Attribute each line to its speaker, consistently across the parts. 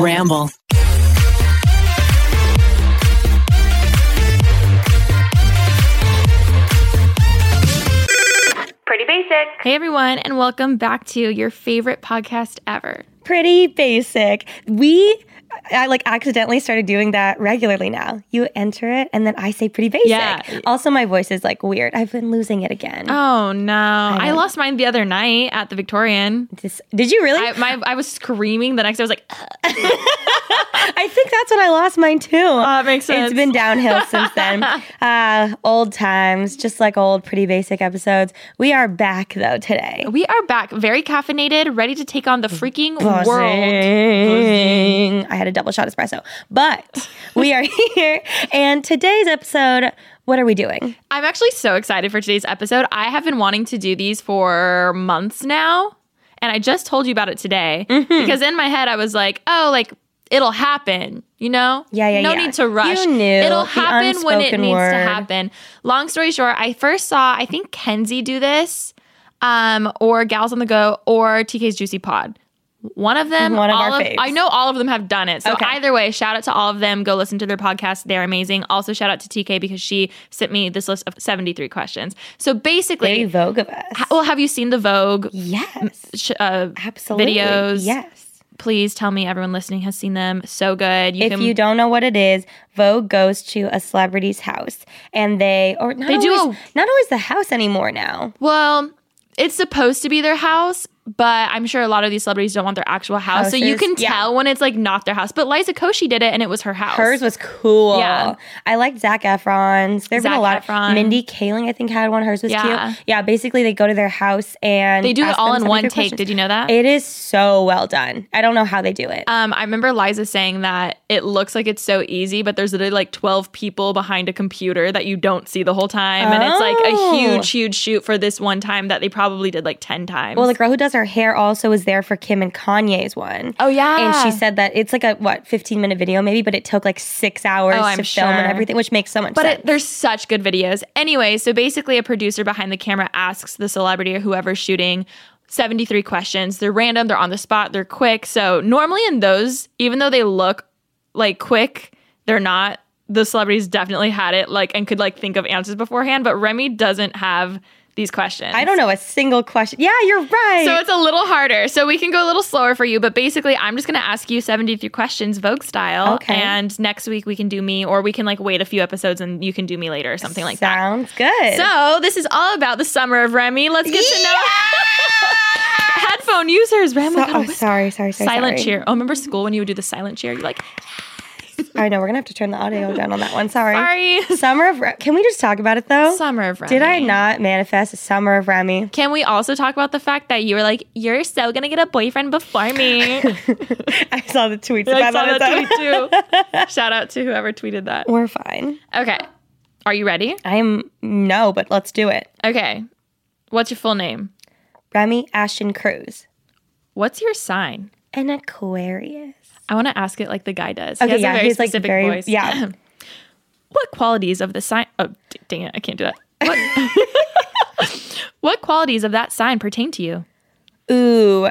Speaker 1: Ramble.
Speaker 2: Pretty basic.
Speaker 3: Hey everyone, and welcome back to your favorite podcast ever.
Speaker 2: Pretty basic. We I like accidentally started doing that regularly now. You enter it and then I say pretty basic.
Speaker 3: Yeah.
Speaker 2: Also my voice is like weird. I've been losing it again.
Speaker 3: Oh no, I,
Speaker 2: know.
Speaker 3: lost mine the other night at the Victorian.
Speaker 2: This- did you really?
Speaker 3: I,
Speaker 2: I,
Speaker 3: my, I was screaming the next day. I was like, "Ugh,
Speaker 2: think that's when I lost mine too.
Speaker 3: Oh, that makes sense.
Speaker 2: It's been downhill since then. Uh, old times, just like old pretty basic episodes. We are back though today.
Speaker 3: we are back, very caffeinated, ready to take on the freaking world.
Speaker 2: Buzzing. I had a double shot espresso. But we are here and today's episode, what are we doing?
Speaker 3: I'm actually so excited for today's episode. I have been wanting to do these for months now, and I just told you about it today
Speaker 2: Mm-hmm.
Speaker 3: because in my head I was like, oh, like it'll happen, you know?
Speaker 2: Yeah, yeah,
Speaker 3: No
Speaker 2: yeah.
Speaker 3: need to rush.
Speaker 2: You knew
Speaker 3: it'll
Speaker 2: the
Speaker 3: happen when it
Speaker 2: unspoken
Speaker 3: needs
Speaker 2: word.
Speaker 3: to happen. Long story short, I first saw I think Kenzie do this, um, or Gals on the Go, or TK's Juicy Pod. One of them,
Speaker 2: One of
Speaker 3: all
Speaker 2: our faves.
Speaker 3: I know all of them have done it. So
Speaker 2: Okay.
Speaker 3: either way, shout out to all of them. Go listen to their podcast; they're amazing. Also, shout out to TK because she sent me this list of seventy three questions. So
Speaker 2: Very
Speaker 3: basically,
Speaker 2: Vogue of us.
Speaker 3: ha- well, have you seen the Vogue
Speaker 2: yes.
Speaker 3: sh- uh,
Speaker 2: Absolutely.
Speaker 3: videos?
Speaker 2: Yes.
Speaker 3: Please tell me everyone listening has seen them. So good. You
Speaker 2: If you don't know what it is, Vogue goes to a celebrity's house and they or not
Speaker 3: They do
Speaker 2: always, not always the house anymore now.
Speaker 3: Well, it's supposed to be their house, but I'm sure a lot of these celebrities don't want their actual house. so you can
Speaker 2: Houses, yeah.
Speaker 3: tell when it's like not their house. But Liza Koshy did it and it was her house.
Speaker 2: Hers was cool.
Speaker 3: Yeah.
Speaker 2: I liked Zach Efron's. There've been a
Speaker 3: Zac
Speaker 2: lot.
Speaker 3: Efron.
Speaker 2: Mindy Kaling, I think, had one. Hers was
Speaker 3: Yeah.
Speaker 2: cute. Yeah. Basically, they go to their house and
Speaker 3: they do it
Speaker 2: ask
Speaker 3: all
Speaker 2: them
Speaker 3: in
Speaker 2: some of
Speaker 3: one
Speaker 2: their
Speaker 3: take.
Speaker 2: questions.
Speaker 3: Did you know that?
Speaker 2: It is so well done. I don't know how they do it.
Speaker 3: Um, I remember Liza saying that it looks like it's so easy, but there's literally like 12 people behind a computer that you don't see the whole time. And it's like a
Speaker 2: Oh.
Speaker 3: huge, huge shoot for this one time that they probably did like 10 times.
Speaker 2: well, the girl who does her hair also was there for Kim and Kanye's one.
Speaker 3: oh, yeah.
Speaker 2: And she said that it's like a what, fifteen minute video maybe, but it took like six hours
Speaker 3: Oh, I'm
Speaker 2: to film and
Speaker 3: sure.
Speaker 2: everything, which makes so much
Speaker 3: But
Speaker 2: sense.
Speaker 3: it, there's such good videos. Anyway, so basically, a producer behind the camera asks the celebrity or whoever's shooting 73 questions. They're random, they're on the spot, they're quick. So, normally in those, even though they look like quick, they're not. The celebrities definitely had it like and could like think of answers beforehand, but Remy doesn't have these questions.
Speaker 2: I don't know a single question. Yeah, you're right.
Speaker 3: So it's a little harder. So we can go a little slower for you, but basically, I'm just going to ask you 73 questions, Vogue style.
Speaker 2: Okay.
Speaker 3: And next week we can do me, or we can like wait a few episodes and you can do me later or something like that.
Speaker 2: Sounds good.
Speaker 3: So this is all about the summer of Remy. Let's get to know headphone users. Remy,
Speaker 2: So-
Speaker 3: we gotta
Speaker 2: oh,
Speaker 3: whisper.
Speaker 2: sorry, sorry, sorry.
Speaker 3: silent
Speaker 2: sorry.
Speaker 3: cheer. Oh, remember school when you would do the silent cheer? You're like,
Speaker 2: I know we're gonna have to turn the audio down on that one. Sorry.
Speaker 3: sorry,
Speaker 2: Summer of Re- can we just talk about it though?
Speaker 3: summer of Remy.
Speaker 2: Did I not manifest a summer of Remy?
Speaker 3: Can we also talk about the fact that you were like, you're so gonna get a boyfriend before me?
Speaker 2: I saw the tweets
Speaker 3: I
Speaker 2: about
Speaker 3: saw
Speaker 2: it.
Speaker 3: that tweet too. Shout out to whoever tweeted that.
Speaker 2: We're fine.
Speaker 3: Okay. Are you ready?
Speaker 2: I'm no, but let's do it.
Speaker 3: Okay. What's your full name?
Speaker 2: Remy Ashton Cruz,
Speaker 3: What's your sign?
Speaker 2: an Aquarius.
Speaker 3: I want to ask it like the guy does.
Speaker 2: Okay,
Speaker 3: he has
Speaker 2: yeah,
Speaker 3: a very
Speaker 2: he's, like,
Speaker 3: specific
Speaker 2: very-
Speaker 3: voice.
Speaker 2: yeah.
Speaker 3: what qualities of the sign? Oh, d- dang it! I can't do that. What, what qualities of that sign pertain to you?
Speaker 2: Ooh.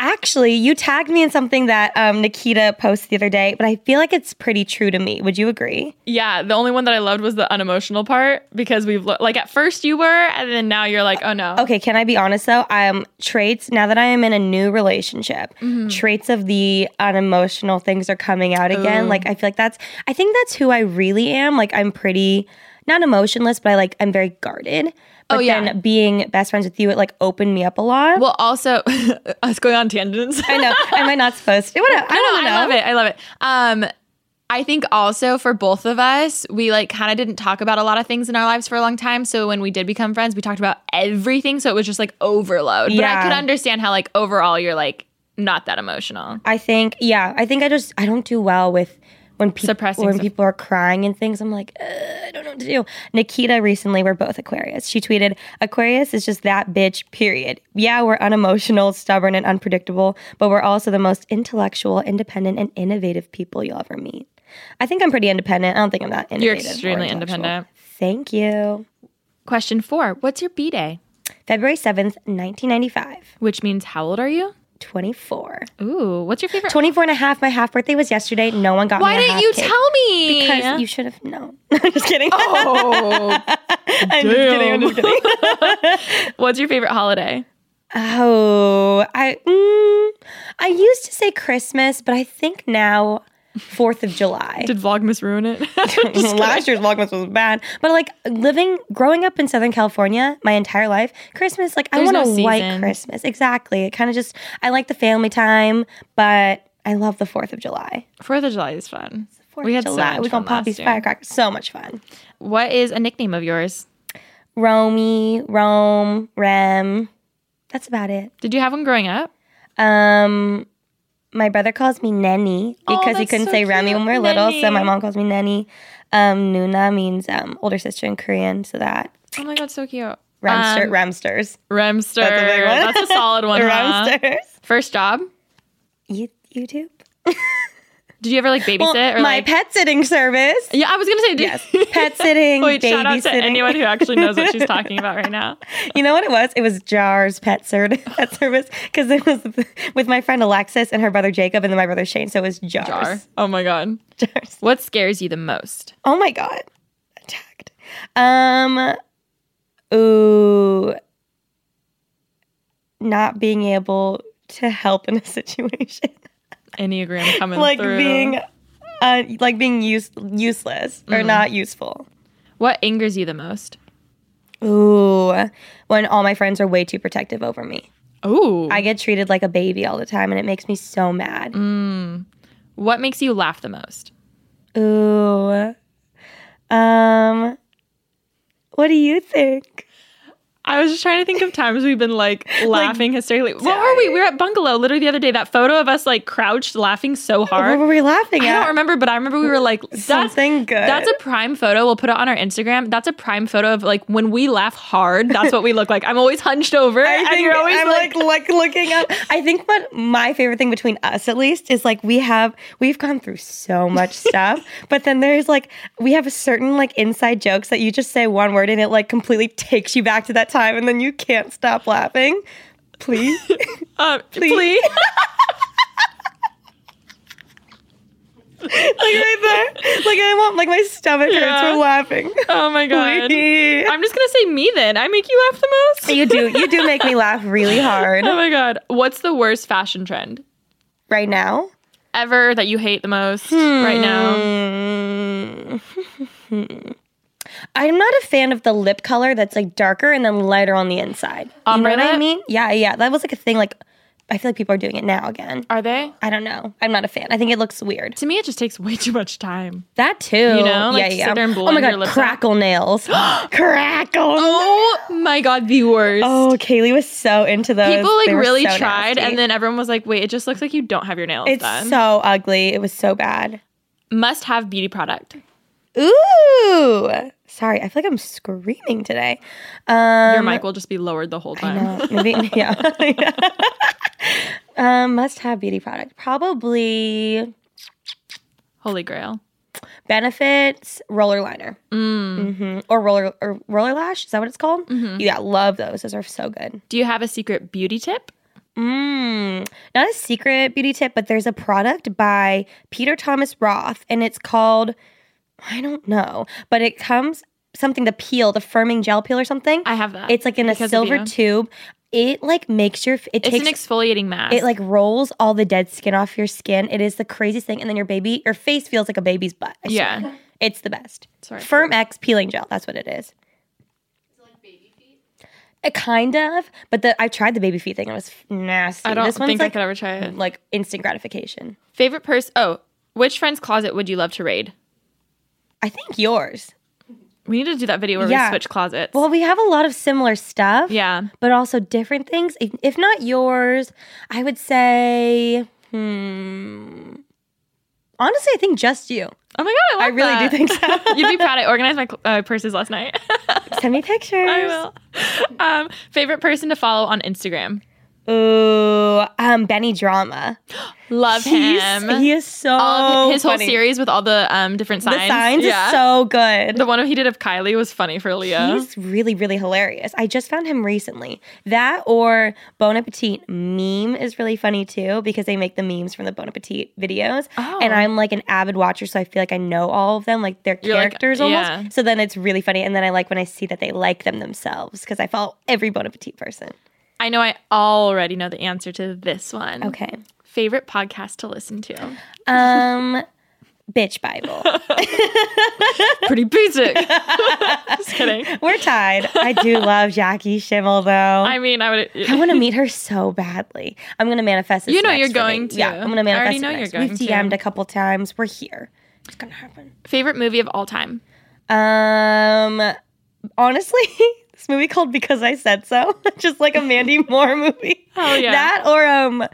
Speaker 2: Actually, you tagged me in something that um, Nikita posted the other day, but I feel like it's pretty true to me. Would you agree?
Speaker 3: Yeah, the only one that I loved was the unemotional part because we've lo- like at first you were, and then now you're like, oh no.
Speaker 2: Okay, can I be honest though? Um, traits, now that I am in a new relationship,
Speaker 3: Mm-hmm.
Speaker 2: traits of the unemotional things are coming out again. Like, I feel like that's, I think that's who I really am. Like, I'm pretty, not emotionless, but I like, I'm very guarded. But
Speaker 3: Oh, yeah.
Speaker 2: then being best friends with you, it like opened me up a lot.
Speaker 3: Well, also us going on tangents.
Speaker 2: I know, am I not supposed to? What, I
Speaker 3: No,
Speaker 2: don't know.
Speaker 3: I love it. I love it. Um, I think also for both of us, we like kind of didn't talk about a lot of things in our lives for a long time. So when we did become friends, we talked about everything. So it was just like overload. But I
Speaker 2: Yeah.
Speaker 3: could understand how like overall you're like not that emotional.
Speaker 2: I think, yeah, I think I just I don't do well with when people
Speaker 3: Suppressing
Speaker 2: when
Speaker 3: stuff.
Speaker 2: people are crying and things. I'm like, "Ugh, I don't know what to do. Nikita recently, we're both Aquarius. She tweeted, "Aquarius is just that bitch." Period. Yeah, we're unemotional, stubborn, and unpredictable, but we're also the most intellectual, independent, and innovative people you'll ever meet. I think I'm pretty independent. I don't think I'm that innovative.
Speaker 3: You're
Speaker 2: or
Speaker 3: extremely
Speaker 2: intellectual.
Speaker 3: independent.
Speaker 2: Thank you.
Speaker 3: Question four: What's your b day?
Speaker 2: February 7th, 1995.
Speaker 3: Which means how old are you?
Speaker 2: 24.
Speaker 3: Ooh, what's your favorite?
Speaker 2: 24 and a half. My half birthday was yesterday. No one got
Speaker 3: Why
Speaker 2: me a
Speaker 3: didn't
Speaker 2: half
Speaker 3: you
Speaker 2: cake.
Speaker 3: tell me?
Speaker 2: Because you should have known. I'm just kidding.
Speaker 3: oh,
Speaker 2: I'm just kidding. I'm just kidding.
Speaker 3: what's your favorite holiday?
Speaker 2: Oh, I mm, I used to say Christmas, but I think now Fourth of July.
Speaker 3: Did Vlogmas ruin it? Just
Speaker 2: Last year's Vlogmas was bad, but like living, growing up in Southern California, my entire life, Christmas, like I
Speaker 3: There's
Speaker 2: want a
Speaker 3: no
Speaker 2: white
Speaker 3: season.
Speaker 2: Christmas. Exactly. It kind of just, I like the family time, but I love the Fourth of July.
Speaker 3: Fourth of July is fun.
Speaker 2: Fourth
Speaker 3: we
Speaker 2: of
Speaker 3: had
Speaker 2: July.
Speaker 3: so much
Speaker 2: we
Speaker 3: fun
Speaker 2: gonna pop
Speaker 3: last
Speaker 2: these
Speaker 3: year.
Speaker 2: firecrackers. So much fun.
Speaker 3: What is a nickname of yours?
Speaker 2: Romy, Rome, Rem. That's about it.
Speaker 3: Did you have one growing up?
Speaker 2: Um, my brother calls me Nenny
Speaker 3: Oh,
Speaker 2: because he
Speaker 3: that's
Speaker 2: couldn't
Speaker 3: so
Speaker 2: say Remy when we
Speaker 3: cute,
Speaker 2: were little, so my
Speaker 3: Nenny.
Speaker 2: mom calls me Nenny. Um, Nuna means um, older sister in Korean, so that
Speaker 3: Oh my god, so cute.
Speaker 2: Ramster,
Speaker 3: Um,
Speaker 2: Ramsters,
Speaker 3: Remster.
Speaker 2: That's a big one.
Speaker 3: That's a solid one. huh?
Speaker 2: Ramsters.
Speaker 3: First job?
Speaker 2: You, YouTube.
Speaker 3: Did you ever like babysit
Speaker 2: Well,
Speaker 3: or
Speaker 2: my
Speaker 3: like?
Speaker 2: pet sitting service.
Speaker 3: yeah, I was gonna say did-
Speaker 2: Yes, pet sitting,
Speaker 3: Wait, shout out to
Speaker 2: babysitting.
Speaker 3: anyone who actually knows what she's talking about right now.
Speaker 2: You know what it was? It was Jar's pet, ser- pet service because it was with my friend Alexis and her brother Jacob, and then my brother Shane. So it was Jar's.
Speaker 3: Jar. Oh my god.
Speaker 2: Jars.
Speaker 3: What scares you the most?
Speaker 2: Oh my god. Attacked. Um ooh not being able to help in a situation.
Speaker 3: Enneagram coming
Speaker 2: like
Speaker 3: through.
Speaker 2: being uh, like being use- useless or not useful.
Speaker 3: What angers you the most?
Speaker 2: Ooh, when all my friends are way too protective over me.
Speaker 3: Oh.
Speaker 2: I get treated like a baby all the time and it makes me so mad.
Speaker 3: What makes you laugh the most?
Speaker 2: Ooh. Um what do you think?
Speaker 3: I was just trying to think of times we've been like laughing hysterically. What were we? We were at Bungalow literally the other day. That photo of us like crouched laughing so
Speaker 2: What
Speaker 3: hard.
Speaker 2: were we laughing
Speaker 3: I
Speaker 2: at?
Speaker 3: don't remember, but I remember we were like, that's,
Speaker 2: Something good.
Speaker 3: that's a prime photo. We'll put it on our Instagram. That's a prime photo of like when we laugh hard, that's what we look like. I'm always hunched over.
Speaker 2: I
Speaker 3: and
Speaker 2: think
Speaker 3: you're always
Speaker 2: I'm
Speaker 3: like,
Speaker 2: like, like looking up. I think what my favorite thing between us at least is like we have we've gone through so much stuff, but then there's like we have a certain like inside jokes that you just say one word and it like completely takes you back to that time and then you can't stop laughing. Please.
Speaker 3: uh, please.
Speaker 2: like right there. Like I want like my stomach hurts
Speaker 3: Yeah.
Speaker 2: from laughing.
Speaker 3: oh my God.
Speaker 2: Please.
Speaker 3: I'm just going to say me then. I make you laugh the most.
Speaker 2: You do you do make me laugh really hard
Speaker 3: oh my God. What's the worst fashion trend
Speaker 2: right now.
Speaker 3: ever that you hate the most right now?
Speaker 2: Mm. I'm not a fan of the lip color that's like darker and then lighter on the inside.
Speaker 3: Ombre
Speaker 2: you know what I
Speaker 3: lip?
Speaker 2: mean? Yeah, yeah. That was like a thing. Like, I feel like people are doing it now again.
Speaker 3: Are they?
Speaker 2: I don't know. I'm not a fan. I think it looks weird.
Speaker 3: To me, it just takes way too much time.
Speaker 2: That too.
Speaker 3: know, like,
Speaker 2: yeah, yeah.
Speaker 3: sit there and
Speaker 2: oh my
Speaker 3: blend your
Speaker 2: god,
Speaker 3: lips out.
Speaker 2: crackle nails. crackle.
Speaker 3: Oh my god, the worst.
Speaker 2: Oh, Kaylee was so into those.
Speaker 3: People like
Speaker 2: They were
Speaker 3: really
Speaker 2: so
Speaker 3: tried,
Speaker 2: nasty.
Speaker 3: and then everyone was like, "Wait, it just looks like you don't have your nails
Speaker 2: it's
Speaker 3: done."
Speaker 2: so ugly. It was so bad.
Speaker 3: Must have beauty product.
Speaker 2: Ooh. Sorry, I feel like I'm screaming today. Um,
Speaker 3: Your mic will just be lowered the whole
Speaker 2: I
Speaker 3: time.
Speaker 2: know. Maybe, yeah. um, must have beauty product. Probably
Speaker 3: Holy grail.
Speaker 2: benefits roller liner
Speaker 3: Mm.
Speaker 2: hmm or roller or roller lash. Is that what it's called?
Speaker 3: Mm-hmm.
Speaker 2: Yeah, love those. Those are so good.
Speaker 3: Do you have a secret beauty tip?
Speaker 2: Mm. Not a secret beauty tip, but there's a product by Peter Thomas Roth, and it's called I don't know, but it comes something the peel, the firming gel peel or something.
Speaker 3: I have that.
Speaker 2: it's like in a
Speaker 3: because of
Speaker 2: silver
Speaker 3: you.
Speaker 2: tube. It like makes your f- it
Speaker 3: It's
Speaker 2: takes
Speaker 3: an exfoliating mask.
Speaker 2: It like rolls all the dead skin off your skin. It is the craziest thing. And then your baby, your face feels like a baby's butt. I
Speaker 3: Yeah.
Speaker 2: swear. It's the best.
Speaker 3: Sorry.
Speaker 2: Firm X peeling gel. That's what it is. It kind of, but the I tried the baby feet thing. and It was f- nasty.
Speaker 3: I don't
Speaker 2: this one's
Speaker 3: think I
Speaker 2: like,
Speaker 3: could ever try it.
Speaker 2: like instant gratification.
Speaker 3: Favorite person? Oh, which friend's closet would you love to raid?
Speaker 2: I think yours.
Speaker 3: We need to do that video where
Speaker 2: Yeah.
Speaker 3: we switch closets.
Speaker 2: Well, we have a lot of similar stuff.
Speaker 3: yeah.
Speaker 2: but also different things. If- If not yours, I would say, hmm. Honestly, I think just you.
Speaker 3: Oh my god, I,
Speaker 2: I
Speaker 3: love
Speaker 2: really
Speaker 3: that.
Speaker 2: do think so.
Speaker 3: You'd be proud. I organized my cl- uh, purses last night.
Speaker 2: Send me pictures.
Speaker 3: I will. Um, favorite person to follow on Instagram?
Speaker 2: Ooh, um, Benny Drama.
Speaker 3: Love
Speaker 2: He's-
Speaker 3: him.
Speaker 2: He is so
Speaker 3: All of his
Speaker 2: funny.
Speaker 3: whole series with all the um different
Speaker 2: The
Speaker 3: signs.
Speaker 2: signs
Speaker 3: yeah.
Speaker 2: is so good.
Speaker 3: the one he did of Kylie was funny for Leah.
Speaker 2: He's really, really hilarious. I just found him recently. That or Bon Appetit meme is really funny too because they make the memes from the Bon Appetit videos.
Speaker 3: Oh.
Speaker 2: And I'm like an avid watcher, so I feel like I know all of them, like their
Speaker 3: You're like,
Speaker 2: characters
Speaker 3: yeah.
Speaker 2: almost. So then it's really funny. And then I like when I see that they like them themselves because I follow every Bon Appetit person.
Speaker 3: I know I already know the answer to this one.
Speaker 2: Okay.
Speaker 3: Favorite podcast to listen to?
Speaker 2: Um, Bitch Bible.
Speaker 3: Pretty basic. Just kidding.
Speaker 2: We're tied. I do love Jackie Schimmel though.
Speaker 3: I mean, I would.
Speaker 2: I want to meet her so badly. I'm going to manifest this.
Speaker 3: You know
Speaker 2: next
Speaker 3: you're
Speaker 2: for me.
Speaker 3: going to.
Speaker 2: Yeah, I'm going to
Speaker 3: I
Speaker 2: manifest.
Speaker 3: already
Speaker 2: it
Speaker 3: know you're
Speaker 2: next.
Speaker 3: going
Speaker 2: We've
Speaker 3: to.
Speaker 2: DM'd a couple times. We're here. It's going to happen.
Speaker 3: Favorite movie of all time?
Speaker 2: Um, honestly, this movie called Because I Said So, just like a Mandy Moore movie.
Speaker 3: Oh, yeah.
Speaker 2: That or um,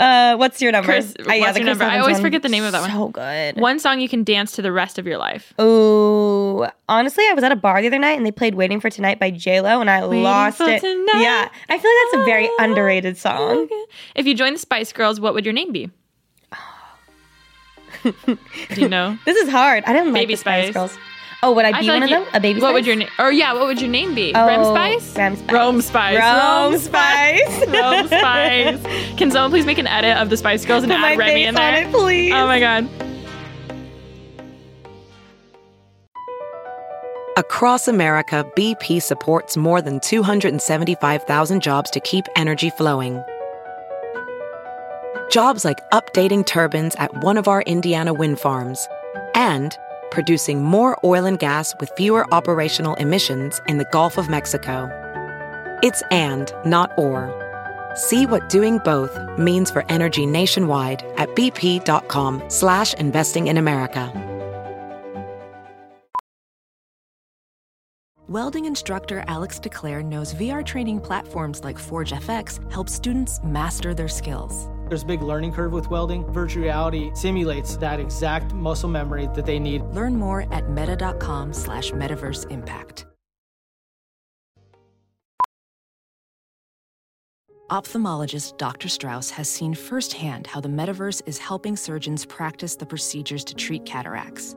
Speaker 2: uh, what's your number?
Speaker 3: Chris-
Speaker 2: yeah,
Speaker 3: What's
Speaker 2: the
Speaker 3: Your
Speaker 2: Chris
Speaker 3: Number? I
Speaker 2: Evans
Speaker 3: always
Speaker 2: one.
Speaker 3: forget the name of that one.
Speaker 2: So good.
Speaker 3: One song you can dance to the rest of your life.
Speaker 2: Ooh, honestly, I was at a bar the other night and they played "Waiting for Tonight" by J Lo, and I lost
Speaker 3: for
Speaker 2: it.
Speaker 3: tonight. Ah.
Speaker 2: Yeah, I feel like that's a very underrated song.
Speaker 3: If you joined the Spice Girls, what would your name be? Do you know?
Speaker 2: This is hard. I didn't like
Speaker 3: Baby
Speaker 2: the Spice.
Speaker 3: Spice.
Speaker 2: Girls. Oh, would I be
Speaker 3: feel
Speaker 2: one
Speaker 3: like
Speaker 2: of
Speaker 3: you-
Speaker 2: them? A baby.
Speaker 3: What
Speaker 2: Spice?
Speaker 3: would your name? Or yeah, what would your name be?
Speaker 2: Oh,
Speaker 3: Rem Spice.
Speaker 2: Rem Spice.
Speaker 3: Rome Spice.
Speaker 2: Rome
Speaker 3: Rome
Speaker 2: Spice.
Speaker 3: Rome Spice. Can someone please make an edit of the Spice Girls and
Speaker 2: Put my
Speaker 3: add Remy
Speaker 2: face
Speaker 3: in
Speaker 2: on
Speaker 3: there?
Speaker 2: it, please.
Speaker 3: Oh my god.
Speaker 1: Across America, BP supports more than 275,000 jobs to keep energy flowing. Jobs like updating turbines at one of our Indiana wind farms and producing more oil and gas with fewer operational emissions in the Gulf of Mexico. It's and, not or. See what doing both means for energy nationwide at bp.com slash investing in America.
Speaker 4: Welding instructor Alex DeClaire knows VR training platforms like Forge FX help students master their skills.
Speaker 5: There's a big learning curve with welding. Virtual reality simulates that exact muscle memory that they need.
Speaker 4: Learn more at meta.com slash metaverse impact. Ophthalmologist Dr. Strauss has seen firsthand how the metaverse is helping surgeons practice the procedures to treat cataracts.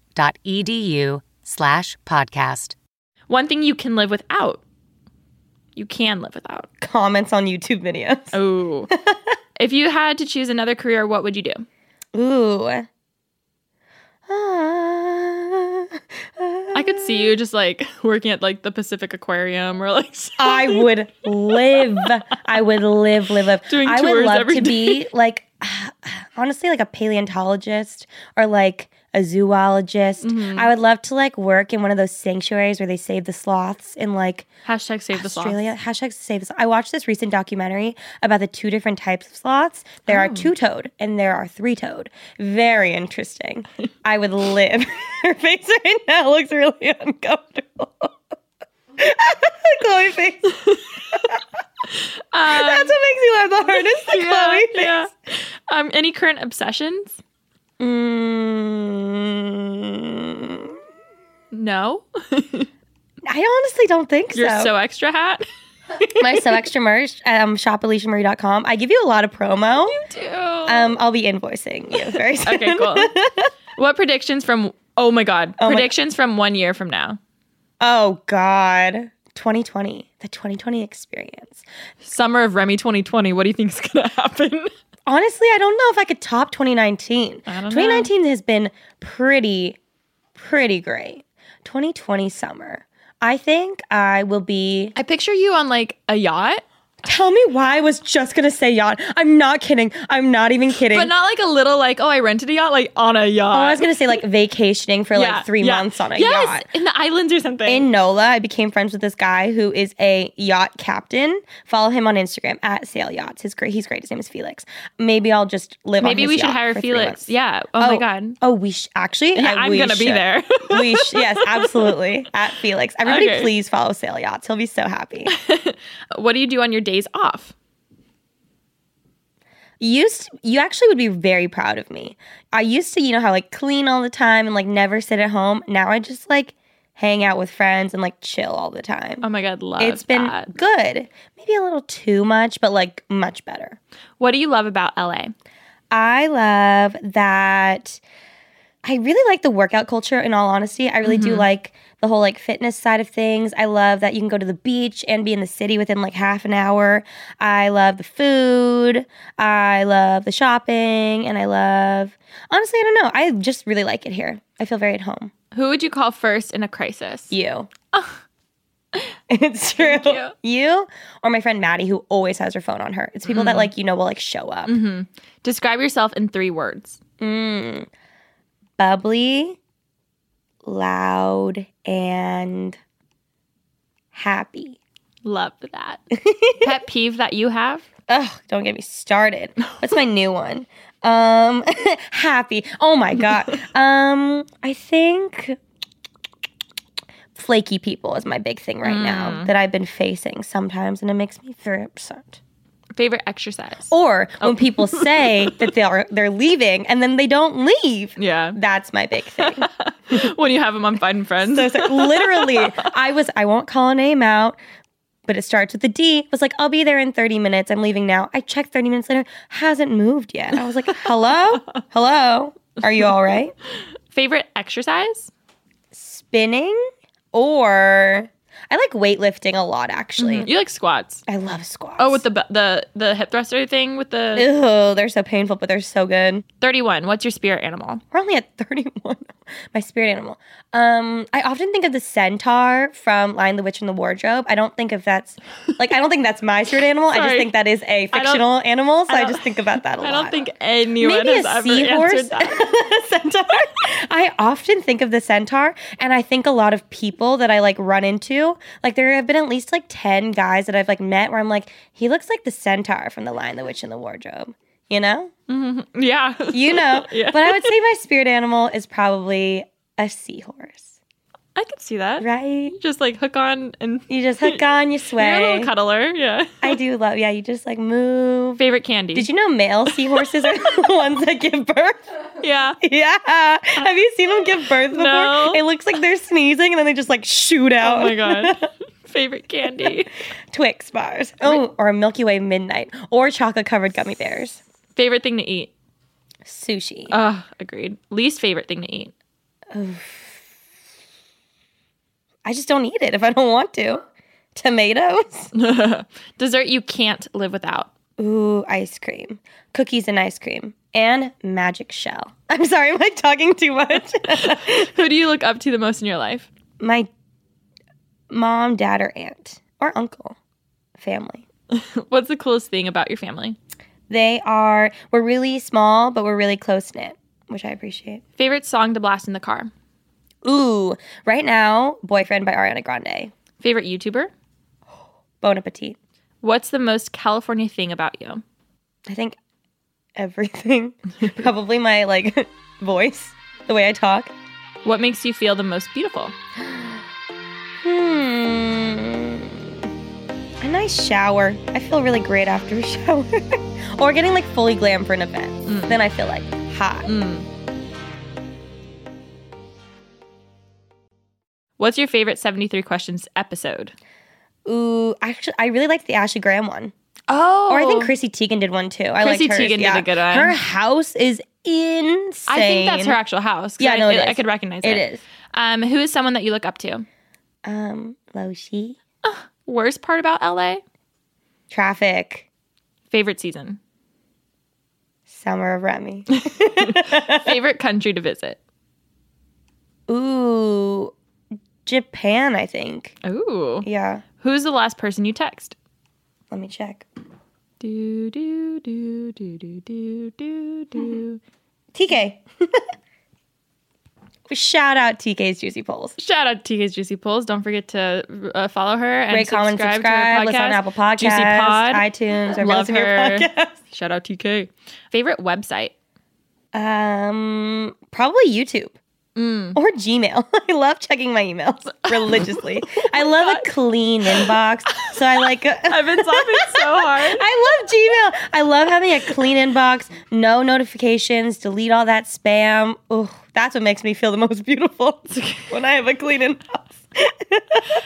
Speaker 6: scs.georgetown.edu slash podcast.
Speaker 3: One thing you can live without. You can live without.
Speaker 2: Comments on YouTube videos.
Speaker 3: Oh. if you had to choose another career, what would you do?
Speaker 2: Ooh. Ah, ah.
Speaker 3: I could see you just like working at like the Pacific Aquarium or like
Speaker 2: I would live. I would live, live, live.
Speaker 3: Doing
Speaker 2: I would
Speaker 3: tours
Speaker 2: love
Speaker 3: every
Speaker 2: to be like, honestly, like a paleontologist or like a zoologist.
Speaker 3: Mm-hmm.
Speaker 2: I would love to like work in one of those sanctuaries where they save the sloths and like
Speaker 3: hashtag save the sloth.
Speaker 2: Australia. Hashtag save the sloth. I watched this recent documentary about the two different types of sloths. There
Speaker 3: Oh.
Speaker 2: are two toed and there are three toed. Very interesting. I would live. Her face right now looks really uncomfortable. Chloe face.
Speaker 3: Um,
Speaker 2: That's what makes you laugh the hardest. The Chloe face.
Speaker 3: yeah. Um, any current obsessions?
Speaker 2: Mm,
Speaker 3: No.
Speaker 2: I honestly don't think
Speaker 3: You're
Speaker 2: so.
Speaker 3: so extra hat.
Speaker 2: My so extra merch. Um, shopalishamurray.com. I give you a lot of promo. Um, I'll be invoicing you very soon.
Speaker 3: okay, cool. What predictions from oh my god.
Speaker 2: my-
Speaker 3: predictions from one year from now.
Speaker 2: Oh God. 2020, the 2020 experience.
Speaker 3: Summer of Remy 2020. What do you think's gonna happen?
Speaker 2: honestly, I don't know if I could top 2019.
Speaker 3: I don't know.
Speaker 2: 2019 has been pretty, pretty great. 2020 summer. I think I will be.
Speaker 3: I picture you on like a yacht,
Speaker 2: Tell me why I was just gonna say yacht. I'm not kidding. I'm not even kidding.
Speaker 3: but not like a little like, oh, I rented a yacht, like on a yacht.
Speaker 2: oh, I was gonna say like vacationing for
Speaker 3: Yeah,
Speaker 2: like three
Speaker 3: yeah.
Speaker 2: months on a
Speaker 3: yes,
Speaker 2: yacht.
Speaker 3: in the islands or something.
Speaker 2: in NOLA, I became friends with this guy who is a yacht captain. Follow him on Instagram at Sail Yachts. His great, he's great. His name is Felix. Maybe I'll just live. on
Speaker 3: Maybe
Speaker 2: his
Speaker 3: we should
Speaker 2: yacht
Speaker 3: hire
Speaker 2: for three
Speaker 3: Felix.
Speaker 2: months.
Speaker 3: Yeah. Oh, my god.
Speaker 2: Oh, we sh- actually.
Speaker 3: Yeah,
Speaker 2: I,
Speaker 3: I'm
Speaker 2: we
Speaker 3: gonna be
Speaker 2: should.
Speaker 3: there.
Speaker 2: we sh- yes, absolutely at Felix. Everybody,
Speaker 3: Okay.
Speaker 2: please follow Sail Yachts. He'll be so happy.
Speaker 3: What do you do on your days off?
Speaker 2: used you actually would be very proud of me. I used to, you know, how like clean all the time and like never sit at home. Now I just like hang out with friends and like chill all the time.
Speaker 3: Oh my god, love.
Speaker 2: it's been
Speaker 3: that.
Speaker 2: good. Maybe a little too much, but like much better.
Speaker 3: What do you love about LA?
Speaker 2: I love that. I really like the workout culture, in all honesty. I really do like the whole like fitness side of things. I love that you can go to the beach and be in the city within like half an hour. I love the food. I love the shopping. And I love, honestly, I don't know. I just really like it here. I feel very at home.
Speaker 3: Who would you call first in a crisis?
Speaker 2: You. it's true. You. or my friend Maddie, who always has her phone on her. It's people that like, you know, will like show up.
Speaker 3: Describe yourself in three words.
Speaker 2: Hmm. bubbly, loud, and happy.
Speaker 3: Love that. Pet peeve that you have?
Speaker 2: Ugh, don't get me started. What's my new one? Um, happy. Oh my god. Um, I think flaky people is my big thing right now that I've been facing sometimes, and it makes me very upset.
Speaker 3: Favorite exercise?
Speaker 2: Or when people say that they are they're leaving and then they don't leave.
Speaker 3: Yeah.
Speaker 2: That's my big thing.
Speaker 3: when you have them on Fun Friends.
Speaker 2: So it's like literally, I was, I won't call a name out, but it starts with the D. Was like, I'll be there in 30 minutes. I'm leaving now. I checked 30 minutes later, hasn't moved yet. I was like, hello? hello? Are you all right?
Speaker 3: Favorite exercise?
Speaker 2: Spinning or I like weightlifting a lot actually.
Speaker 3: You like squats.
Speaker 2: I love squats.
Speaker 3: Mm-hmm. Oh, with the bu- the the hip thruster thing with the
Speaker 2: Ew, they're so painful, but they're so good.
Speaker 3: 31. What's your spirit animal?
Speaker 2: We're only at 31. My spirit animal. Um, I often think of the centaur from Lion the Witch and the Wardrobe. I don't think if that's like I don't think that's my spirit animal. I just
Speaker 3: Sorry.
Speaker 2: think that is a fictional animal. So I, just think about that a
Speaker 3: I
Speaker 2: lot.
Speaker 3: don't think anyone
Speaker 2: Maybe
Speaker 3: has
Speaker 2: a
Speaker 3: ever
Speaker 2: seahorse
Speaker 3: answered that.
Speaker 2: centaur. I often think of the centaur, and I think a lot of people that I like run into. Like there have been at least like ten guys that I've like met where I'm like, he looks like the centaur from the Lion the Witch and the Wardrobe. You know,
Speaker 3: Yeah.
Speaker 2: you know. But I would say my spirit animal is probably a seahorse,
Speaker 3: I could see that.
Speaker 2: right?
Speaker 3: Just like hook on and
Speaker 2: You just hook on, you
Speaker 3: you're a
Speaker 2: sway.
Speaker 3: little cuddler. Yeah.
Speaker 2: I do love, yeah, you just like move.
Speaker 3: Favorite candy?
Speaker 2: Did you know male seahorses are the ones that give birth?
Speaker 3: Yeah.
Speaker 2: Yeah. Have you seen them give birth before?
Speaker 3: No.
Speaker 2: It looks like they're sneezing and then they just like shoot out.
Speaker 3: Oh my god. Favorite candy?
Speaker 2: Twix bars. Oh, or a Milky Way midnight or chocolate covered gummy bears.
Speaker 3: Favorite thing to eat?
Speaker 2: Sushi.
Speaker 3: Ugh, agreed. Least favorite thing to eat?
Speaker 2: I just don't eat it if I don't want to. Tomatoes.
Speaker 3: Dessert you can't live without.
Speaker 2: Ooh, ice cream. Cookies and ice cream. And magic shell. I'm sorry, am I talking too much?
Speaker 3: Who do you look up to the most in your life?
Speaker 2: My mom, dad, or aunt, or uncle, family.
Speaker 3: What's the coolest thing about your family?
Speaker 2: They are, we're really small, but we're really close knit, which I appreciate.
Speaker 3: Favorite song to blast in the car?
Speaker 2: Ooh, right now, Boyfriend by Ariana Grande.
Speaker 3: Favorite YouTuber?
Speaker 2: Bon appetit.
Speaker 3: What's the most California thing about you?
Speaker 2: I think everything, probably my like voice, the way I talk.
Speaker 3: What makes you feel the most beautiful?
Speaker 2: Hmm. A nice shower. I feel really great after a shower. or getting like fully glam for an event.
Speaker 3: Mm.
Speaker 2: Then I feel like hot.
Speaker 3: Hmm. What's your favorite 73 questions episode?
Speaker 2: Ooh, actually, I really liked the Ashley Graham one.
Speaker 3: Oh.
Speaker 2: Or I think Chrissy Teigen did one too. I
Speaker 3: Chrissy
Speaker 2: liked hers,
Speaker 3: Teigen did a
Speaker 2: yeah.
Speaker 3: good one.
Speaker 2: Her house is insane.
Speaker 3: I think that's her actual house. 'cause
Speaker 2: Yeah,
Speaker 3: I,
Speaker 2: no, it
Speaker 3: I, I
Speaker 2: is.
Speaker 3: could recognize it.
Speaker 2: It is.
Speaker 3: Um, who is someone that you look up to?
Speaker 2: Um, Loshi.
Speaker 3: Worst part about LA?
Speaker 2: Traffic.
Speaker 3: Favorite season?
Speaker 2: Summer of Remy.
Speaker 3: Favorite country to visit?
Speaker 2: Ooh, Japan, I think.
Speaker 3: Ooh.
Speaker 2: Yeah,
Speaker 3: Who's the last person you text?
Speaker 2: let me check.
Speaker 3: Do, do, do, do, do, do, do, do.
Speaker 2: TK. Shout out TK's Juicy Polls.
Speaker 3: Shout out to TK's Juicy Pulls. Don't forget to uh, follow her and
Speaker 2: Rate,
Speaker 3: subscribe,
Speaker 2: comment, subscribe.
Speaker 3: to her podcast.
Speaker 2: Listen on Apple Podcasts,
Speaker 3: Juicy Pod.
Speaker 2: iTunes. I
Speaker 3: Love
Speaker 2: listen to your
Speaker 3: her.
Speaker 2: podcast.
Speaker 3: Shout out TK. Favorite website?
Speaker 2: Um, probably YouTube or Gmail. I love checking my emails religiously. I love a clean inbox, so I like.
Speaker 3: I've been slapping so hard.
Speaker 2: I love Gmail. I love having a clean inbox, no notifications, delete all that spam. Ooh, that's what makes me feel the most beautiful when I have a clean inbox.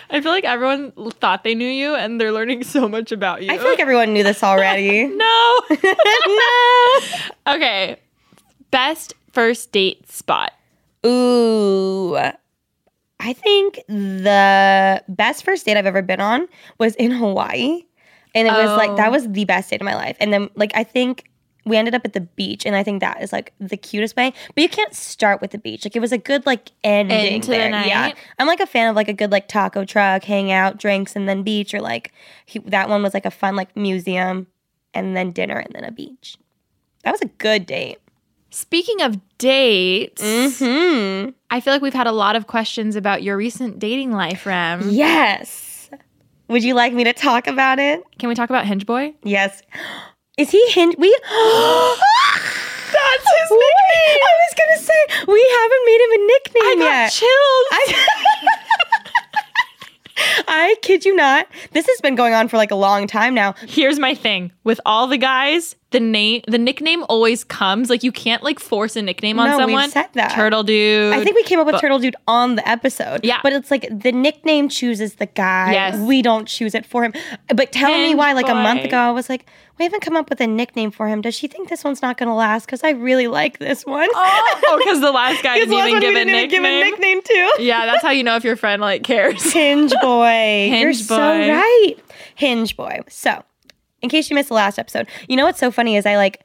Speaker 3: I feel like everyone thought they knew you and they're learning so much about you.
Speaker 2: I feel like everyone knew this already.
Speaker 3: no.
Speaker 2: no.
Speaker 3: okay. Best first date spot.
Speaker 2: Ooh. I think the best first date I've ever been on was in Hawaii. And it was
Speaker 3: Oh.
Speaker 2: like that was the best date of my life. And then like I think we ended up at the beach and I think that is like the cutest way. But you can't start with the beach. Like it was a good like ending
Speaker 3: End to the
Speaker 2: there. Yeah.
Speaker 3: night.
Speaker 2: I'm like a fan of like a good like taco truck, hangout, drinks and then beach or like he, that one was like a fun like museum and then dinner and then a beach. That was a good date.
Speaker 3: Speaking of dates,
Speaker 2: Mhm.
Speaker 3: I feel like we've had a lot of questions about your recent dating life,
Speaker 2: Mm-hmm.
Speaker 3: Rem.
Speaker 2: Yes. Would you like me to talk about it?
Speaker 3: Can we talk about Hinge Boy?
Speaker 2: Yes. Is he hinge? We. That's his nickname. I was gonna say we haven't made him a nickname yet.
Speaker 3: chills.
Speaker 2: I, I kid you not. This has been going on for like a long time now.
Speaker 3: Here's my thing with all the guys, the name, the nickname always comes. Like you can't like force a nickname on
Speaker 2: No, we've
Speaker 3: someone.
Speaker 2: said that.
Speaker 3: Turtle dude.
Speaker 2: I think we came up with Turtle Dude on the episode.
Speaker 3: Yeah.
Speaker 2: But it's like the nickname chooses the guy.
Speaker 3: Yes.
Speaker 2: We don't choose it for him. But tell me
Speaker 3: Hinge
Speaker 2: why, like a month
Speaker 3: boy.
Speaker 2: ago, I was like, we haven't come up with a nickname for him. Does she think this one's not going to last? Because I really like this one.
Speaker 3: Oh, because the last guy
Speaker 2: This
Speaker 3: didn't,
Speaker 2: last
Speaker 3: even,
Speaker 2: one
Speaker 3: give
Speaker 2: we
Speaker 3: a
Speaker 2: didn't even give a
Speaker 3: nickname.
Speaker 2: nickname to.
Speaker 3: Yeah, that's how you know if your friend like cares.
Speaker 2: Hinge boy. You're
Speaker 3: Hinge
Speaker 2: so
Speaker 3: boy.
Speaker 2: right. Hinge boy. So, in case you missed the last episode, you know what's so funny is I like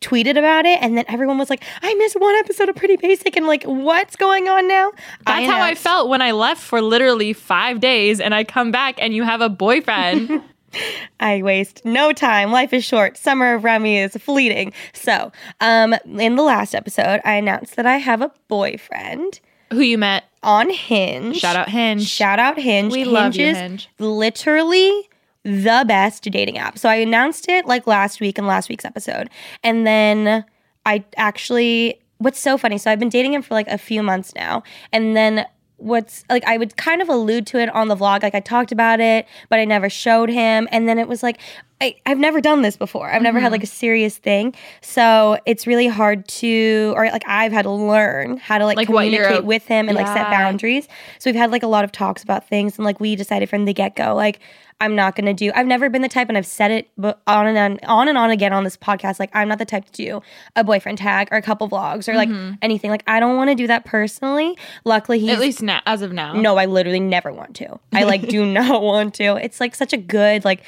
Speaker 2: tweeted about it and then everyone was like, I missed one episode of Pretty Basic and like, what's going on now?
Speaker 3: That's how I
Speaker 2: announced-
Speaker 3: felt when I left for literally five days and I come back and you have a boyfriend.
Speaker 2: I waste no time. Life is short. Summer of Remy is fleeting. So, um, in the last episode, I announced that I have a boyfriend
Speaker 3: Who you met?
Speaker 2: on Hinge.
Speaker 3: Shout out Hinge.
Speaker 2: Shout out Hinge.
Speaker 3: We love you,
Speaker 2: is
Speaker 3: Hinge.
Speaker 2: Literally the best dating app. So I announced it like last week in last week's episode. And then I actually what's so funny, so I've been dating him for like a few months now. And then what's like I would kind of allude to it on the vlog. Like I talked about it, but I never showed him. And then it was like I, I've never done this before. I've never
Speaker 3: Mm-hmm.
Speaker 2: had like a serious thing. So it's really hard to or like I've had to learn how to like,
Speaker 3: Like what you're-
Speaker 2: communicate with him and like set
Speaker 3: Yeah.
Speaker 2: boundaries boundaries. So we've had like a lot of talks about things, and like we decided from the get go, like I'm not gonna do. I've never been the type, and I've said it bu- on and on, on and on again on this podcast. Like I'm not the type to do a boyfriend tag or a couple vlogs or like anything. Like I don't want to do that personally. Luckily, he's
Speaker 3: Mm-hmm. At least now, as of now.
Speaker 2: no, I literally never want to. I like do not want to. It's like such a good like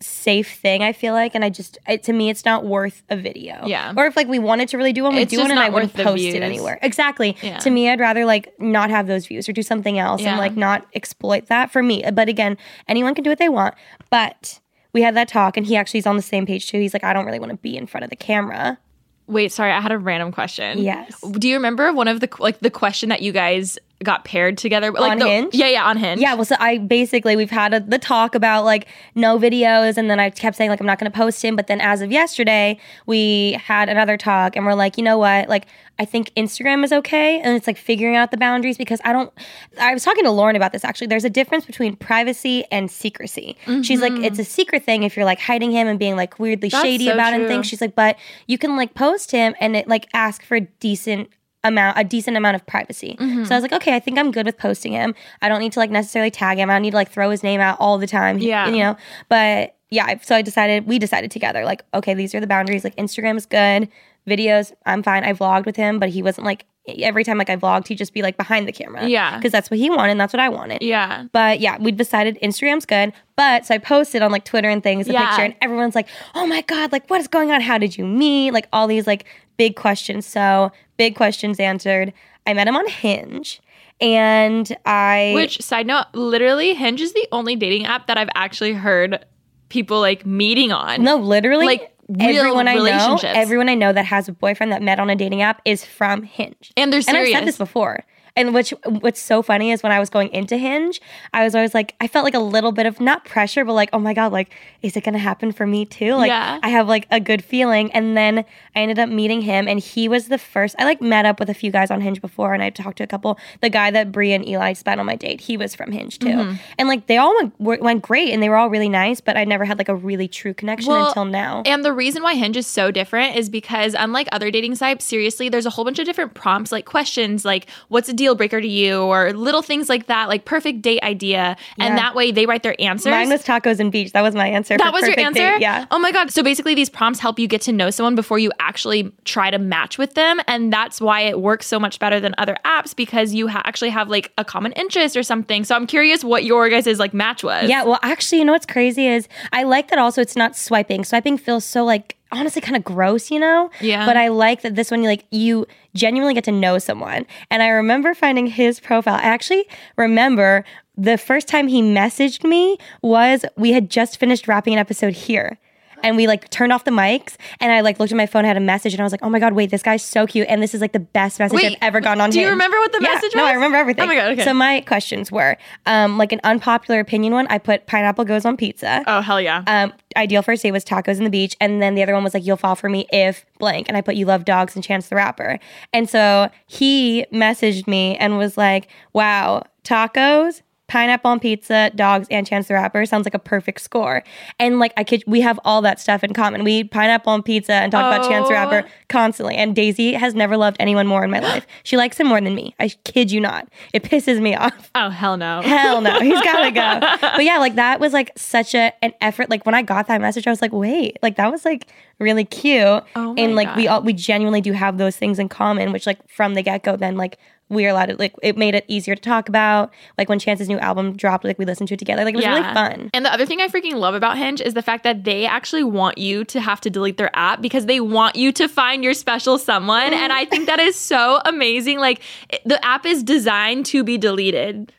Speaker 2: safe thing I feel like and I just it, to me it's not worth a video.
Speaker 3: Yeah.
Speaker 2: Or if like we wanted to really do one, we
Speaker 3: It's
Speaker 2: do
Speaker 3: just
Speaker 2: one and
Speaker 3: not
Speaker 2: I wouldn't
Speaker 3: worth the
Speaker 2: post
Speaker 3: views.
Speaker 2: it anywhere. Exactly.
Speaker 3: Yeah.
Speaker 2: To me I'd rather like not have those views or do something else
Speaker 3: Yeah.
Speaker 2: and like not exploit that for me. But again, anyone can do what they want. But we had that talk and he actually is on the same page too. He's like I don't really want to be in front of the camera.
Speaker 3: Wait, sorry, I had a random question.
Speaker 2: Yes.
Speaker 3: Do you remember one of the like the question that you guys got paired together? Like
Speaker 2: On
Speaker 3: the-
Speaker 2: Hinge?
Speaker 3: Yeah, yeah, on Hinge.
Speaker 2: Yeah, well, so I basically we've had a, the talk about like no videos, and then I kept saying like I'm not going to post him, but then as of yesterday, we had another talk, and we're like, you know what, like I think Instagram is okay, and it's like figuring out the boundaries because I don't. I was talking to Lauren about this actually. There's a difference between privacy and secrecy. She's like, it's a secret thing if you're like hiding him and being like weirdly
Speaker 3: Mm-hmm. That's
Speaker 2: shady
Speaker 3: so
Speaker 2: about him.
Speaker 3: true.
Speaker 2: Things she's like, but you can like post him and it like ask for a decent amount a decent amount of privacy.
Speaker 3: Mm-hmm.
Speaker 2: So I was like, okay, I think I'm good with posting him. I don't need to like necessarily tag him. I don't need to like throw his name out all the time.
Speaker 3: Yeah.
Speaker 2: You know? But yeah, I- so I decided we decided together, like, okay, these are the boundaries. Like Instagram is good. Videos, I'm fine. I vlogged with him, but he wasn't like every time like I vlogged, he'd just be like behind the camera.
Speaker 3: Yeah.
Speaker 2: Because that's what he wanted and that's what I wanted.
Speaker 3: Yeah.
Speaker 2: But yeah, we decided Instagram's good. But so I posted on like Twitter and things the
Speaker 3: Yeah.
Speaker 2: picture, and everyone's like, "Oh my god, like what is going on? How did you meet? Like all these like big questions." So big questions answered. I met him on Hinge, and I
Speaker 3: Which side note, literally Hinge is the only dating app that I've actually heard people like meeting on.
Speaker 2: no literally
Speaker 3: like, real
Speaker 2: everyone I know,
Speaker 3: relationships.
Speaker 2: everyone I know that has a boyfriend that met on a dating app is from Hinge.
Speaker 3: And they're serious.
Speaker 2: And I've said this before. And which what's so funny is when I was going into Hinge, I was always like, I felt like a little bit of not pressure, but like, oh my god, like, is it gonna happen for me too? Like,
Speaker 3: Yeah.
Speaker 2: I have like a good feeling. And then I ended up meeting him, and he was the first. I like met up with a few guys on Hinge before, and I talked to a couple. The guy that Brie and Eli spent on my date, he was from Hinge too,
Speaker 3: Mm-hmm.
Speaker 2: and like they all went were- went great, and they were all really nice. But I never had like a really true connection
Speaker 3: Well,
Speaker 2: until now.
Speaker 3: And the reason why Hinge is so different is because, unlike other dating sites, seriously, there's a whole bunch of different prompts, like questions, like what's a deal breaker to you, or little things like that, like perfect date idea. And that way they write their answers.
Speaker 2: Mine was tacos and beach. That was my answer.
Speaker 3: that
Speaker 2: for
Speaker 3: was your
Speaker 2: perfect
Speaker 3: answer?
Speaker 2: date. Yeah.
Speaker 3: Oh my God. So basically, these prompts help you get to know someone before you actually try to match with them. And that's why it works so much better than other apps because you ha- actually have like a common interest or something. So I'm curious what your guys' like match was.
Speaker 2: Yeah, well, actually, you know what's crazy is I like that also it's not swiping. Swiping feels so like honestly kind of gross, you know?
Speaker 3: Yeah.
Speaker 2: But I like that this one you like you genuinely get to know someone. And I remember finding his profile. I actually remember the first time he messaged me was we had just finished wrapping an episode here. And we like turned off the mics, and I like looked at my phone, had a message, and I was like, "Oh my god, wait, this guy's so cute!" And this is like the best message
Speaker 3: Wait,
Speaker 2: I've ever gotten on.
Speaker 3: do you
Speaker 2: Hinge.
Speaker 3: remember what the
Speaker 2: Yeah,
Speaker 3: message
Speaker 2: No, I
Speaker 3: was?
Speaker 2: remember everything.
Speaker 3: Oh my God, okay.
Speaker 2: So my questions were um, like an unpopular opinion one. I put pineapple goes on pizza.
Speaker 3: Oh, hell yeah.
Speaker 2: Um, ideal first date was tacos and the beach, and then the other one was like you'll fall for me if blank, and I put you love dogs and Chance the Rapper. And so he messaged me and was like, "Wow, tacos." Pineapple on pizza, dogs, and Chance the Rapper sounds like a perfect score. And like I could, we have all that stuff in common. We eat pineapple on pizza and talk about Chance the
Speaker 3: Oh.
Speaker 2: Rapper constantly. And Daisy has never loved anyone more in my life. She likes him more than me. I kid you not. It pisses me off.
Speaker 3: oh, hell no.
Speaker 2: Hell no, he's gotta go. But yeah, like that was like such a an effort. Like when I got that message, I was like, wait, like that was like really cute.
Speaker 3: Oh my
Speaker 2: and like we
Speaker 3: God.
Speaker 2: all we genuinely do have those things in common, which like from the get go, then like we are allowed to like it made it easier to talk about. Like when Chance's new album dropped, like we listened to it together. Like it was really fun.
Speaker 3: And the other thing I freaking love about Hinge is the fact that they actually want you to have to delete their app because they want you to find your special someone. And I think that is so amazing. Like, it- the app is designed to be deleted.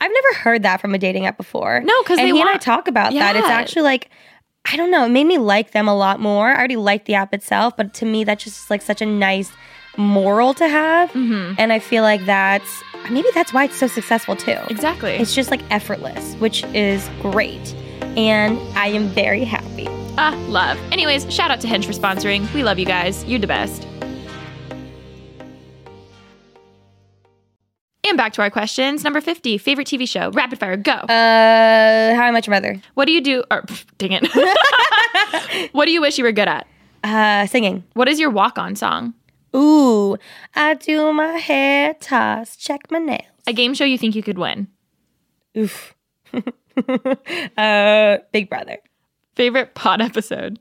Speaker 2: I've never heard that from a dating app before.
Speaker 3: No, 'cause
Speaker 2: And
Speaker 3: they
Speaker 2: he and I
Speaker 3: want-
Speaker 2: talk about that. It's
Speaker 3: Yeah.
Speaker 2: actually like I don't know. It made me like them a lot more. I already liked the app itself, but to me, that's just like such a nice moral to have.
Speaker 3: Mm-hmm.
Speaker 2: And I feel like that's maybe that's why it's so successful too.
Speaker 3: Exactly.
Speaker 2: It's just like effortless, which is great. And I am very happy.
Speaker 3: ah, love. Anyways, shout out to Hinge for sponsoring. We love you guys. You're the best. And back to our questions. Number 50, favorite TV show, rapid fire, go.
Speaker 2: Uh, how I met your mother?
Speaker 3: what do you do? Or, pff, dang it. what do you wish you were good at?
Speaker 2: Uh, singing.
Speaker 3: What is your walk on song?
Speaker 2: Ooh, I do my hair toss, check my nails.
Speaker 3: A game show you think you could win.
Speaker 2: Oof. uh, Big Brother.
Speaker 3: Favorite pod episode.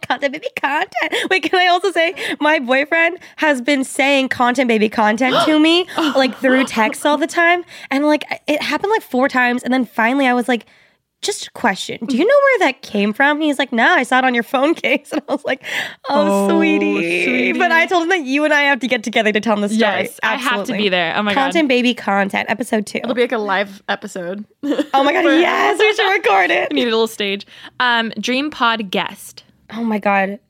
Speaker 2: content baby content. Wait, can I also say my boyfriend has been saying content baby content to me like through text all the time, and like it happened like four times, and then finally I was like. Just a question. Do you know where that came from? And he's like, nah, I saw it on your phone case. And I was like, oh, sweetie. But I told him that you and I have to get together to tell him the story.
Speaker 3: Yes, I have to
Speaker 2: Absolutely.
Speaker 3: be there. Oh my God.
Speaker 2: Content baby content, episode 2
Speaker 3: be like a live episode.
Speaker 2: oh my God, yes, we should record it.
Speaker 3: I need a little stage. Um, dream pod guest.
Speaker 2: Oh my God.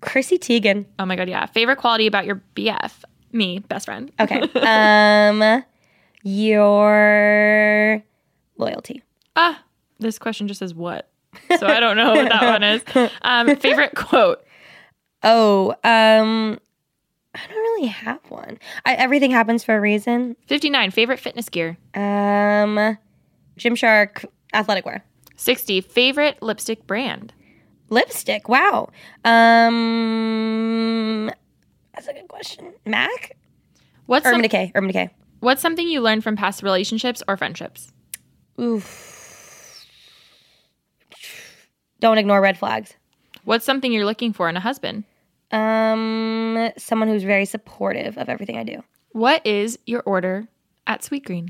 Speaker 2: Chrissy Teigen.
Speaker 3: Oh my God, yeah. Favorite quality about your BF? Me, best friend.
Speaker 2: Okay. Um, your loyalty.
Speaker 3: Ah, this question just says what? So I don't know what that one is. Um, favorite quote.
Speaker 2: Oh, um, I don't really have one. I, everything happens for a reason.
Speaker 3: 59. Favorite fitness gear.
Speaker 2: Um, Gymshark athletic wear,
Speaker 3: 60. Favorite lipstick brand.
Speaker 2: lipstick. Wow. Um, that's a good question. Mac,
Speaker 3: What's,
Speaker 2: Urban
Speaker 3: some,
Speaker 2: Decay, Urban Decay.
Speaker 3: what's something you learned from past relationships or friendships?
Speaker 2: Oof. Don't ignore red flags.
Speaker 3: What's something you're looking for in a husband?
Speaker 2: Um, someone who's very supportive of everything I do.
Speaker 3: What is your order at Sweet Green?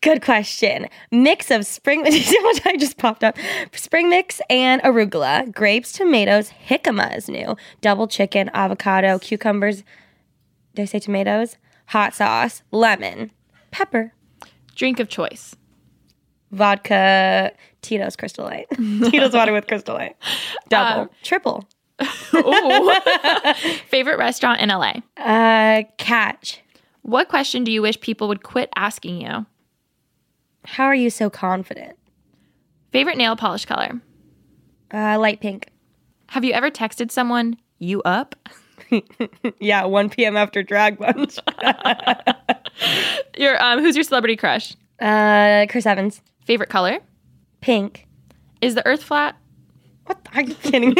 Speaker 2: Good question. Mix of spring. See how much I just popped up? Spring mix and arugula, grapes, tomatoes, jicama is new, double chicken, avocado, cucumbers. Did I say tomatoes? Hot sauce, lemon, pepper,
Speaker 3: Drink of choice.
Speaker 2: vodka, Tito's Crystal Light, Tito's water with Crystal Light, double, triple,
Speaker 3: Ooh. Favorite restaurant in LA.
Speaker 2: uh, catch.
Speaker 3: What question do you wish people would quit asking you?
Speaker 2: How are you so confident?
Speaker 3: Favorite nail polish color.
Speaker 2: Uh, light pink.
Speaker 3: Have you ever texted someone, you up?
Speaker 2: Yeah, 1 p.m. after drag lunch.
Speaker 3: Your um who's your celebrity crush?
Speaker 2: Uh, Chris Evans,
Speaker 3: Favorite color?
Speaker 2: pink.
Speaker 3: Is the earth flat?
Speaker 2: What? The, are you kidding?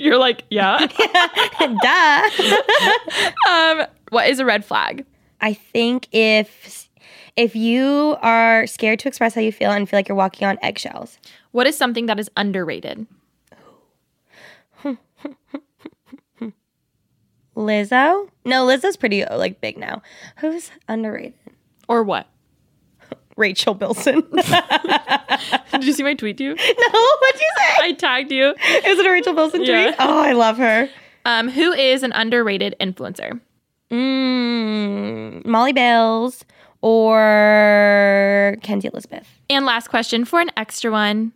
Speaker 3: You're like, yeah.
Speaker 2: Duh.
Speaker 3: um, what is a red flag?
Speaker 2: I think if if you are scared to express how you feel and feel like you're walking on eggshells,
Speaker 3: What is something that is underrated?
Speaker 2: Lizzo. No, Lizzo's pretty like big now. Who's underrated?
Speaker 3: Or what?
Speaker 2: Rachel Bilson. no,
Speaker 3: Did you see my tweet to you?
Speaker 2: what'd you say?
Speaker 3: I tagged you.
Speaker 2: Is it a Rachel Bilson tweet?
Speaker 3: Yeah.
Speaker 2: Oh, I love her.
Speaker 3: Um, who is an underrated influencer?
Speaker 2: Mm, Molly Bales or Kenzie Elizabeth.
Speaker 3: And last question for an extra one.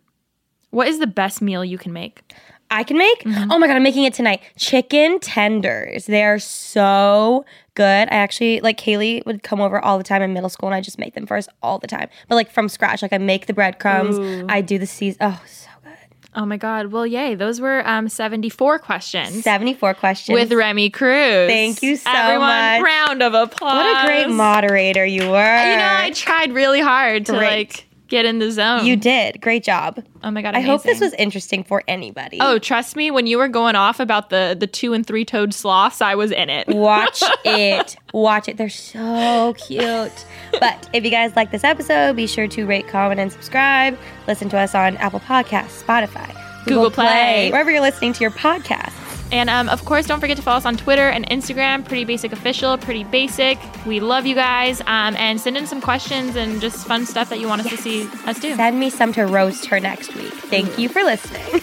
Speaker 3: What is the best meal you can make?
Speaker 2: I can make?
Speaker 3: Mm-hmm.
Speaker 2: Oh my god, I'm making it tonight. Chicken tenders. They are so good. I actually like Kaylee would come over all the time in middle school and I just make them for us all the time. But like from scratch, like I make the breadcrumbs, I do the season. Oh, so good.
Speaker 3: Oh my God. Well, yay. Those were um, 74 questions
Speaker 2: 74 questions.
Speaker 3: with Remy Cruz.
Speaker 2: Thank you so
Speaker 3: Everyone,
Speaker 2: much.
Speaker 3: round of applause.
Speaker 2: what a great moderator you were.
Speaker 3: You know, I tried really hard to
Speaker 2: Great.
Speaker 3: like get in the zone.
Speaker 2: you did. Great job.
Speaker 3: Oh my God.
Speaker 2: I hope this
Speaker 3: amazing.
Speaker 2: was interesting for anybody.
Speaker 3: Oh, trust me, when you were going off about the the two and three toed sloths, I was in it.
Speaker 2: Watch it. Watch it. They're so cute. But if you guys like this episode, be sure to rate, comment, and subscribe. Listen to us on Apple Podcasts, Spotify,
Speaker 3: Google Play.
Speaker 2: wherever you're listening to your podcasts.
Speaker 3: And um, of course, don't forget to follow us on Twitter and Instagram. Pretty basic official, pretty basic. We love you guys. Um, and send in some questions and just fun stuff that you want us to see us do.
Speaker 2: Send me some to roast her next week. Thank you for listening.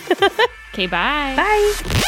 Speaker 3: Okay, bye.
Speaker 2: Bye.